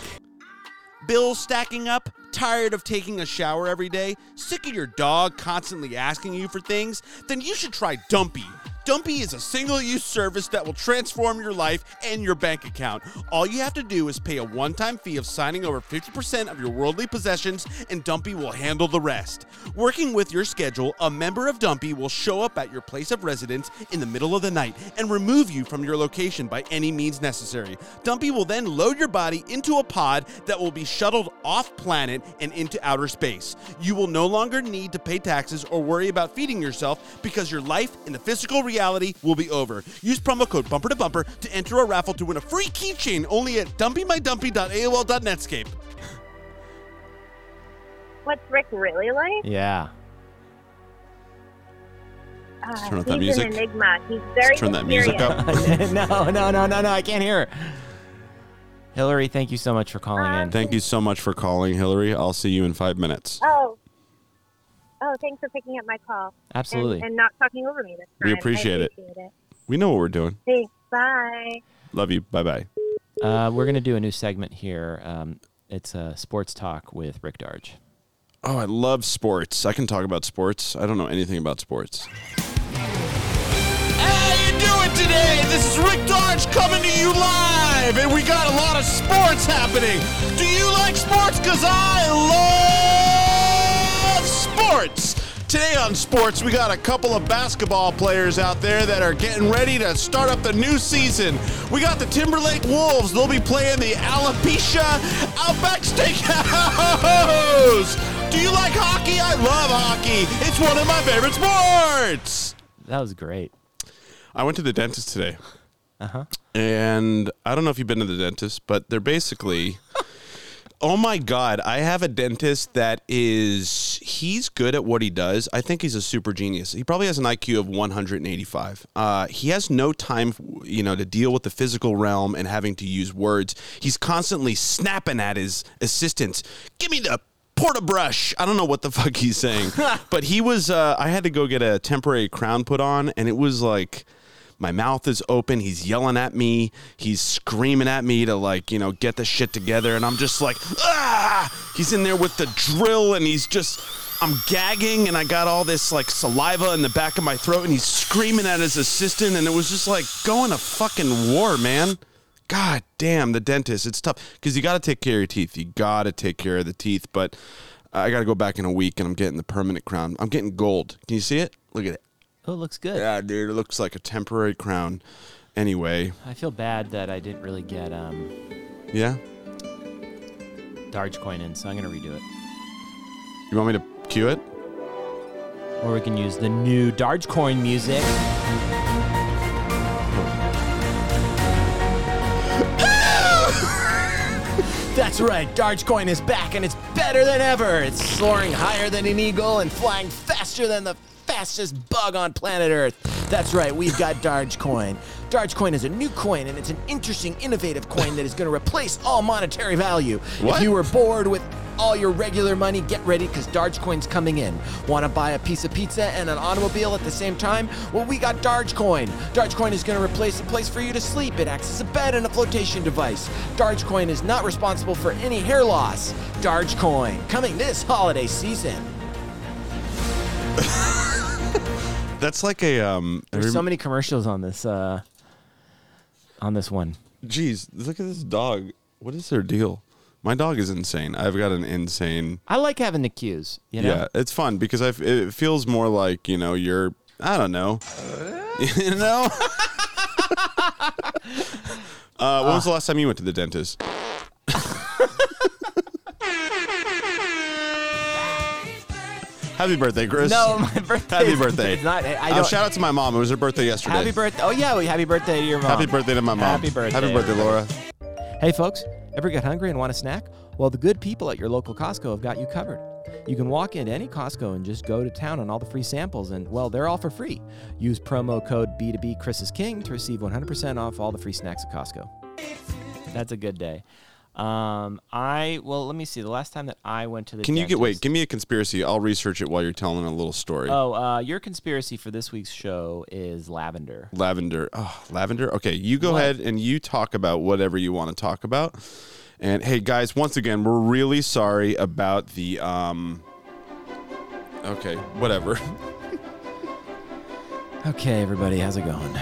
Speaker 2: Bills stacking up? Tired of taking a shower every day? Sick of your dog constantly asking you for things? Then you should try Dumpy. Dumpy is a single use service that will transform your life and your bank account. All you have to do is pay a one time fee of signing over 50% of your worldly possessions, and Dumpy will handle the rest. Working with your schedule, a member of Dumpy will show up at your place of residence in the middle of the night and remove you from your location by any means necessary. Dumpy will then load your body into a pod that will be shuttled off planet and into outer space. You will no longer need to pay taxes or worry about feeding yourself because your life in the physical reality will be over. Use promo code bumper to bumper to enter a raffle to win a free keychain only at dumpymydumpy.aol.netscape.
Speaker 5: What's Rick really like?
Speaker 1: yeah. <laughs>
Speaker 5: Uh,
Speaker 2: turn up that
Speaker 5: he's
Speaker 2: music.
Speaker 5: an enigma. He's very
Speaker 2: turn that music
Speaker 5: mysterious.
Speaker 1: <laughs>
Speaker 2: up.
Speaker 1: no, no, no, no, no. I can't hear. her. Hillary, thank you so much for calling
Speaker 5: Uh,
Speaker 1: in.
Speaker 2: Thank you so much for calling, Hillary. I'll see you in five minutes.
Speaker 5: Oh. Oh, thanks for picking up my call. and-
Speaker 1: Absolutely.
Speaker 5: And, not talking over me this time.
Speaker 2: We appreciate
Speaker 5: I
Speaker 2: it.
Speaker 5: appreciate it.
Speaker 2: We know what we're doing.
Speaker 5: Thanks. Bye.
Speaker 2: Love you. Bye bye.
Speaker 1: Uh, we're gonna do a new segment here. Um, it's uh, sports talk with Rick Darge.
Speaker 2: Oh, I love sports. I can talk about sports. I don't know anything about sports. How you doing today? This is Rick Darch coming to you live, and we got a lot of sports happening. Do you like sports? Cause I love sports. Today on sports, we got a couple of basketball players out there that are getting ready to start up the new season. We got the Timberlake Wolves. They'll be playing the Alopecia Outback Steakhouse. Do you like hockey? I love hockey. It's one of my favorite sports.
Speaker 1: That was great.
Speaker 2: I went to the dentist today. Uh-huh. And I don't know if you've been to the dentist, but they're basically Oh my god, I have a dentist that is he's good at what he does. I think he's a super genius. He probably has an IQ of 185. Uh, he has no time, you know, to deal with the physical realm and having to use words. He's constantly snapping at his assistants. Give me the porta brush. I don't know what the <laughs> fuck he's saying. but he was uh, I had to go get a temporary crown put on and it was like My mouth is open. He's yelling at me. He's screaming at me to like, you know, get the shit together. And I'm just like, ah! He's in there with the drill and he's just, I'm gagging and I got all this like saliva in the back of my throat and he's screaming at his assistant. And it was just like going to fucking war, man. God damn, the dentist. It's tough because you got to take care of your teeth. You got to take care of the teeth. But I got to go back in a week and I'm getting the permanent crown. I'm getting gold. Can you see it? Look at it.
Speaker 1: Oh, it looks good.
Speaker 2: Yeah, dude, it uh, looks like a temporary crown. Anyway,
Speaker 1: I feel bad that I didn't really get um,
Speaker 2: yeah.
Speaker 1: Dogecoin in, so I'm going to redo it.
Speaker 2: You want me to cue it?
Speaker 1: Or we can use the new Dogecoin music. <laughs> That's right, Dogecoin is back and it's better than ever. It's soaring higher than an eagle and flying faster than the fastest bug on planet Earth. That's right, we've got Dogecoin. Dogecoin is a new coin and it's an interesting, innovative coin that is going to replace all monetary value.
Speaker 2: What?
Speaker 1: If you were bored with all your regular money, get ready because Dogecoin's coming in. Want to buy a piece of pizza and an automobile at the same time? Well, we got Dogecoin. Dogecoin is going to replace a place for you to sleep. It acts as a bed and a flotation device. Dogecoin is not responsible for any hair loss. Dogecoin coming this holiday season.
Speaker 2: That's like a um.
Speaker 1: There's
Speaker 2: rem-
Speaker 1: so many commercials on this uh, on this one.
Speaker 2: Jeez, look at this dog. What is their deal? My dog is insane. I've got an insane.
Speaker 1: I like having the cues. You know?
Speaker 2: Yeah, it's fun because I f- it feels more like you know you're. I don't know. <laughs> you know. <laughs> uh, when was the last time you went to the dentist? Happy <laughs> birthday, Chris.
Speaker 1: No, my birthday.
Speaker 2: Happy birthday.
Speaker 1: It's not. I
Speaker 2: Uh,
Speaker 1: don't.
Speaker 2: shout out to my mom. It was her birthday yesterday.
Speaker 1: happy birthday. Oh yeah, well, happy birthday to your mom.
Speaker 2: Happy birthday to my mom.
Speaker 1: Happy birthday,
Speaker 2: Happy birthday, Laura.
Speaker 1: Hey, folks, ever get hungry and want a snack? Well, the good people at your local Costco have got you covered. You can walk into any Costco and just go to town on all the free samples, and well, they're all for free. Use promo code B2B Chris's King to receive 100% off all the free snacks at Costco. That's a good day. Um, I well, let me see. The last time that I went to the
Speaker 2: Can you get wait?
Speaker 1: dentist-
Speaker 2: Give me a conspiracy. I'll research it while you're telling a little story.
Speaker 1: Oh, uh, your conspiracy for this week's show is lavender.
Speaker 2: Lavender. Oh, lavender. Okay, you go ahead and you talk about whatever you want to talk about. And hey, guys, once again, we're really sorry about the um. Okay, whatever. <laughs>
Speaker 1: Okay, everybody, how's it going?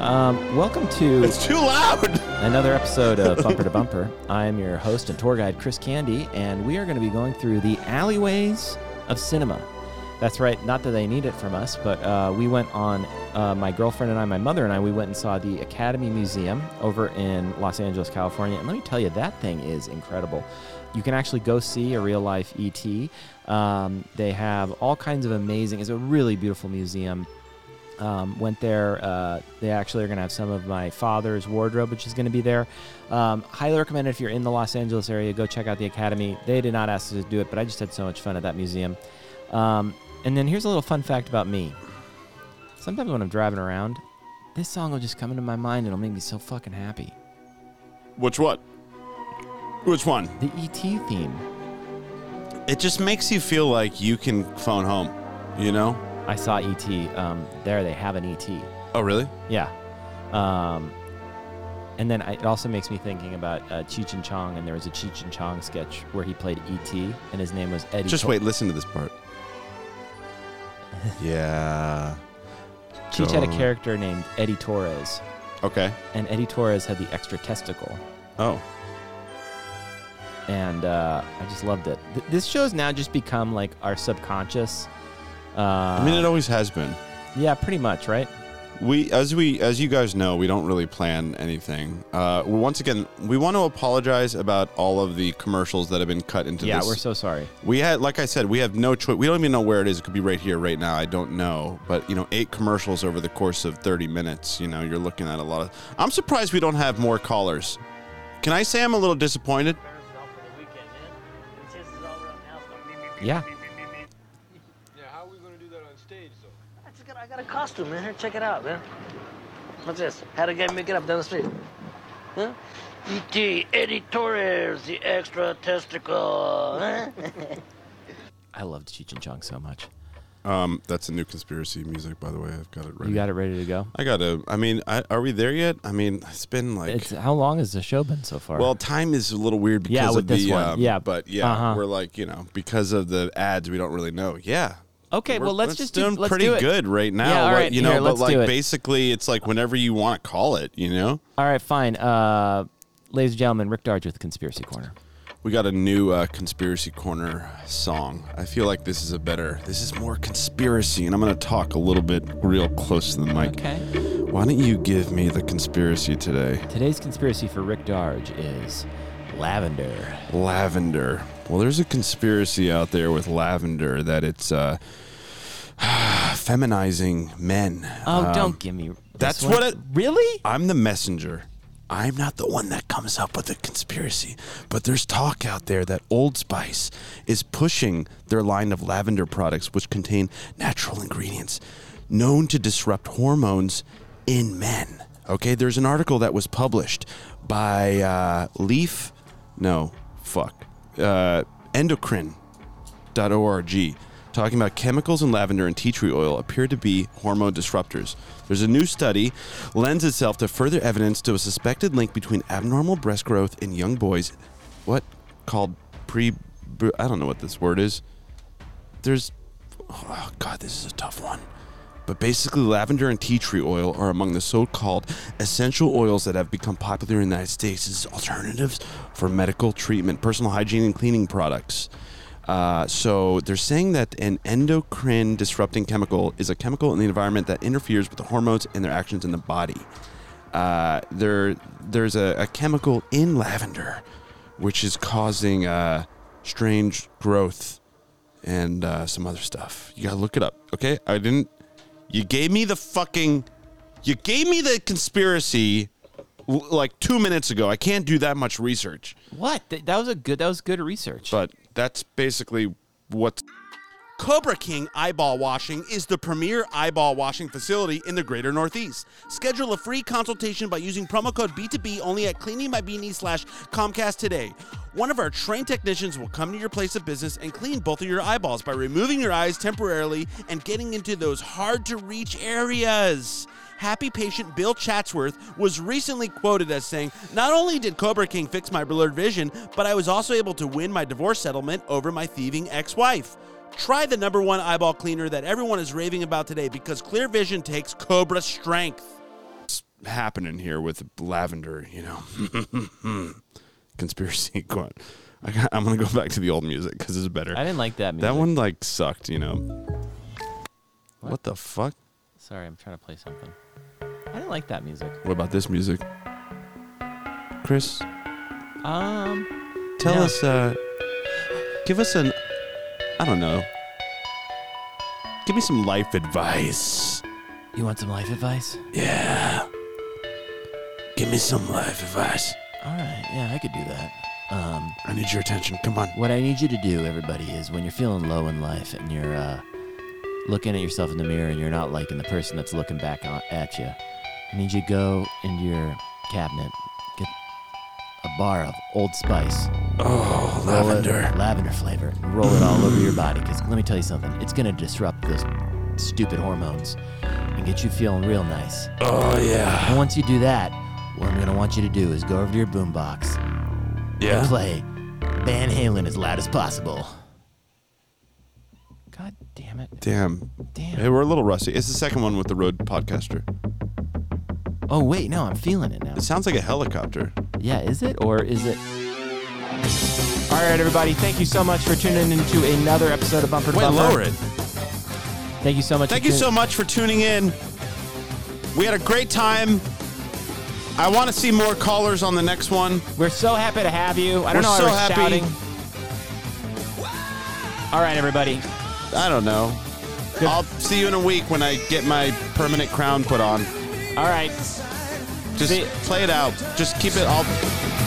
Speaker 1: Um, welcome to
Speaker 2: It's too loud.
Speaker 1: another episode of Bumper to Bumper. I am your host and tour guide, Chris Candy, and we are going to be going through the alleyways of cinema. That's right, not that they need it from us, but uh, we went on, uh, my girlfriend and I, my mother and I, we went and saw the Academy Museum over in Los Angeles, California. And let me tell you, that thing is incredible. You can actually go see a real life ET. Um, they have all kinds of amazing, it's a really beautiful museum um, went there. Uh, they actually are going to have some of my father's wardrobe, which is going to be there. Um, highly recommend it if you're in the Los Angeles area. Go check out the Academy. They did not ask us to do it, but I just had so much fun at that museum. Um, and then here's a little fun fact about me. Sometimes when I'm driving around, this song will just come into my mind and it'll make me so fucking happy.
Speaker 2: Which what? Which one?
Speaker 1: The ET theme.
Speaker 2: It just makes you feel like you can phone home. You know?
Speaker 1: I saw ET. Um, there they have an ET.
Speaker 2: Oh, really?
Speaker 1: Yeah. Um, and then I, it also makes me thinking about uh, Cheech and Chong, and there was a Cheech and Chong sketch where he played E.T. and his name was Eddie.
Speaker 2: Just
Speaker 1: Col-
Speaker 2: wait, listen to this part. yeah.
Speaker 1: Cheech had a
Speaker 2: Go.
Speaker 1: character named Eddie Torres,
Speaker 2: Okay.
Speaker 1: and Eddie Torres had the extra testicle,
Speaker 2: Oh.
Speaker 1: and uh, I just loved it. Th- this show's now just become like our subconscious. Uh,
Speaker 2: I mean, it always has been.
Speaker 1: yeah, pretty much, right?
Speaker 2: We, as we, as you guys know, we don't really plan anything. Uh, well, once again, we want to apologize about all of the commercials that have been cut into
Speaker 1: Yeah,
Speaker 2: this.
Speaker 1: we're so sorry.
Speaker 2: we had, like I said, we have no choice. We don't even know where it is. It could be right here, right now. I don't know. But you know, eight commercials over the course of thirty minutes. You know, you're looking at a lot of. I'm surprised we don't have more callers. Can I say I'm a little disappointed?
Speaker 1: Yeah,
Speaker 4: Yeah, how are we gonna do that on stage though?
Speaker 9: That's good. I got a costume, man. Here, check it out, man. What's this? Had a guy make it up down the street. Huh? E.T. Eddie Torres, the extra testicle. Huh?
Speaker 1: I loved Cheech and Chong so much.
Speaker 2: Um, that's a new conspiracy music, by the way. I've got it ready.
Speaker 1: You got it ready to go.
Speaker 2: I gotta. I mean, I, are we there yet? I mean, it's been like.
Speaker 1: It's how long has the show been so far?
Speaker 2: well, time is a little weird because
Speaker 1: Yeah, with
Speaker 2: of the
Speaker 1: this one.
Speaker 2: um,
Speaker 1: Yeah.
Speaker 2: but yeah,
Speaker 1: Uh-huh.
Speaker 2: we're like you know because of the ads, we don't really know. Yeah.
Speaker 1: okay.
Speaker 2: We're-
Speaker 1: Well, let's
Speaker 2: it's
Speaker 1: just
Speaker 2: doing
Speaker 1: do, let's
Speaker 2: pretty
Speaker 1: do it.
Speaker 2: good right now.
Speaker 1: Yeah, all
Speaker 2: Like,
Speaker 1: right,
Speaker 2: you know,
Speaker 1: here,
Speaker 2: but
Speaker 1: let's
Speaker 2: like
Speaker 1: do it.
Speaker 2: basically, it's like whenever you want to call it. You know,
Speaker 1: All right, fine. Uh, ladies and gentlemen, Rick Darge with Conspiracy Corner.
Speaker 2: we got a new uh, conspiracy corner song. I feel like this is a better. This is more conspiracy, and I'm gonna talk a little bit real close to the mic.
Speaker 1: Okay.
Speaker 2: Why don't you give me the conspiracy today?
Speaker 1: Today's conspiracy for Rick Darge is lavender.
Speaker 2: Lavender. Well, there's a conspiracy out there with lavender that it's uh, <sighs> feminizing men.
Speaker 1: Oh,
Speaker 2: Um,
Speaker 1: don't give me. this
Speaker 2: that's
Speaker 1: one.
Speaker 2: what it-
Speaker 1: Really?
Speaker 2: I'm the messenger. I'm not the one that comes up with the conspiracy, but there's talk out there that Old Spice is pushing their line of lavender products, which contain natural ingredients known to disrupt hormones in men. Okay, there's an article that was published by uh, Leaf, no, fuck, uh, Endocrine org talking about chemicals in lavender and tea tree oil appear to be hormone disruptors. There's a new study lends itself to further evidence to a suspected link between abnormal breast growth in young boys, what called pre I don't know what this word is. There's oh god, this is a tough one. But basically, lavender and tea tree oil are among the so called essential oils that have become popular in the United States as alternatives for medical treatment, personal hygiene, and cleaning products. Uh, so they're saying that an endocrine disrupting chemical is a chemical in the environment that interferes with the hormones and their actions in the body. Uh, there, there's a, a chemical in lavender which is causing uh, strange growth and uh, some other stuff. You gotta look it up, okay? I didn't. You gave me the fucking. You gave me the conspiracy l- like two minutes ago. I can't do that much research,
Speaker 1: What? Th- that was a good. That was good research.
Speaker 2: but that's basically what's. Cobra King Eyeball Washing is the premier eyeball washing facility in the greater Northeast. Schedule a free consultation by using promo code B2B only at cleaningmybeanie slash Comcast today. One of our trained technicians will come to your place of business and clean both of your eyeballs by removing your eyes temporarily and getting into those hard to reach areas. Happy patient Bill Chatsworth was recently quoted as saying, Not only did Cobra King fix my blurred vision, but I was also able to win my divorce settlement over my thieving ex wife. Try the number one eyeball cleaner that everyone is raving about today because clear vision takes Cobra strength. What's happening here with lavender, you know? <laughs> Conspiracy. <laughs> Go on. I got, I'm going to go back to the old music because it's better.
Speaker 1: I didn't like that. Music.
Speaker 2: that one, like, sucked, you know? What? the fuck?
Speaker 1: Sorry, I'm trying to play something. I didn't like that music.
Speaker 2: What about this music? Chris,
Speaker 1: Um,
Speaker 2: tell
Speaker 1: No.
Speaker 2: us, uh, give us an, I don't know. Give me some life advice.
Speaker 1: you want some life advice?
Speaker 2: Yeah. Give me some life advice.
Speaker 1: All right. Yeah, I could do that. Um,
Speaker 2: I need your attention. Come on.
Speaker 1: What I need you to do, everybody, is when you're feeling low in life and you're uh, looking at yourself in the mirror and you're not liking the person that's looking back on, at you, I need you to go into your cabinet, get a bar of Old Spice,
Speaker 2: Oh,
Speaker 1: roll it-
Speaker 2: lavender.
Speaker 1: lavender flavor, and roll it all over your body. Because let me tell you something, it's gonna disrupt those stupid hormones and get you feeling real nice.
Speaker 2: Oh, yeah.
Speaker 1: And once you do that, what I'm gonna want you to do is go over to your boombox and
Speaker 2: Yeah.
Speaker 1: play Van Halen as loud as possible. God damn it.
Speaker 2: Damn.
Speaker 1: Damn.
Speaker 2: Hey, we're a little rusty. It's the second one with the road podcaster.
Speaker 1: Oh, wait, no, I'm feeling it now.
Speaker 2: It sounds like a helicopter.
Speaker 1: Yeah, is it or is it? All right, everybody, thank you so much for tuning into another episode of Bumper to
Speaker 2: Wait,
Speaker 1: Bumper.
Speaker 2: lower it.
Speaker 1: Thank you so much.
Speaker 2: Thank
Speaker 1: for
Speaker 2: you
Speaker 1: tuning-
Speaker 2: so much for tuning in. We had a great time. I want to see more callers on the next one.
Speaker 1: We're so happy to have you. I don't
Speaker 2: We're
Speaker 1: know why
Speaker 2: so
Speaker 1: we're
Speaker 2: happy.
Speaker 1: shouting. All right, everybody.
Speaker 2: I don't know. I'll see you in a week when I get my permanent crown put on.
Speaker 1: All right.
Speaker 2: Just
Speaker 1: See-
Speaker 2: play it out. Just keep it all.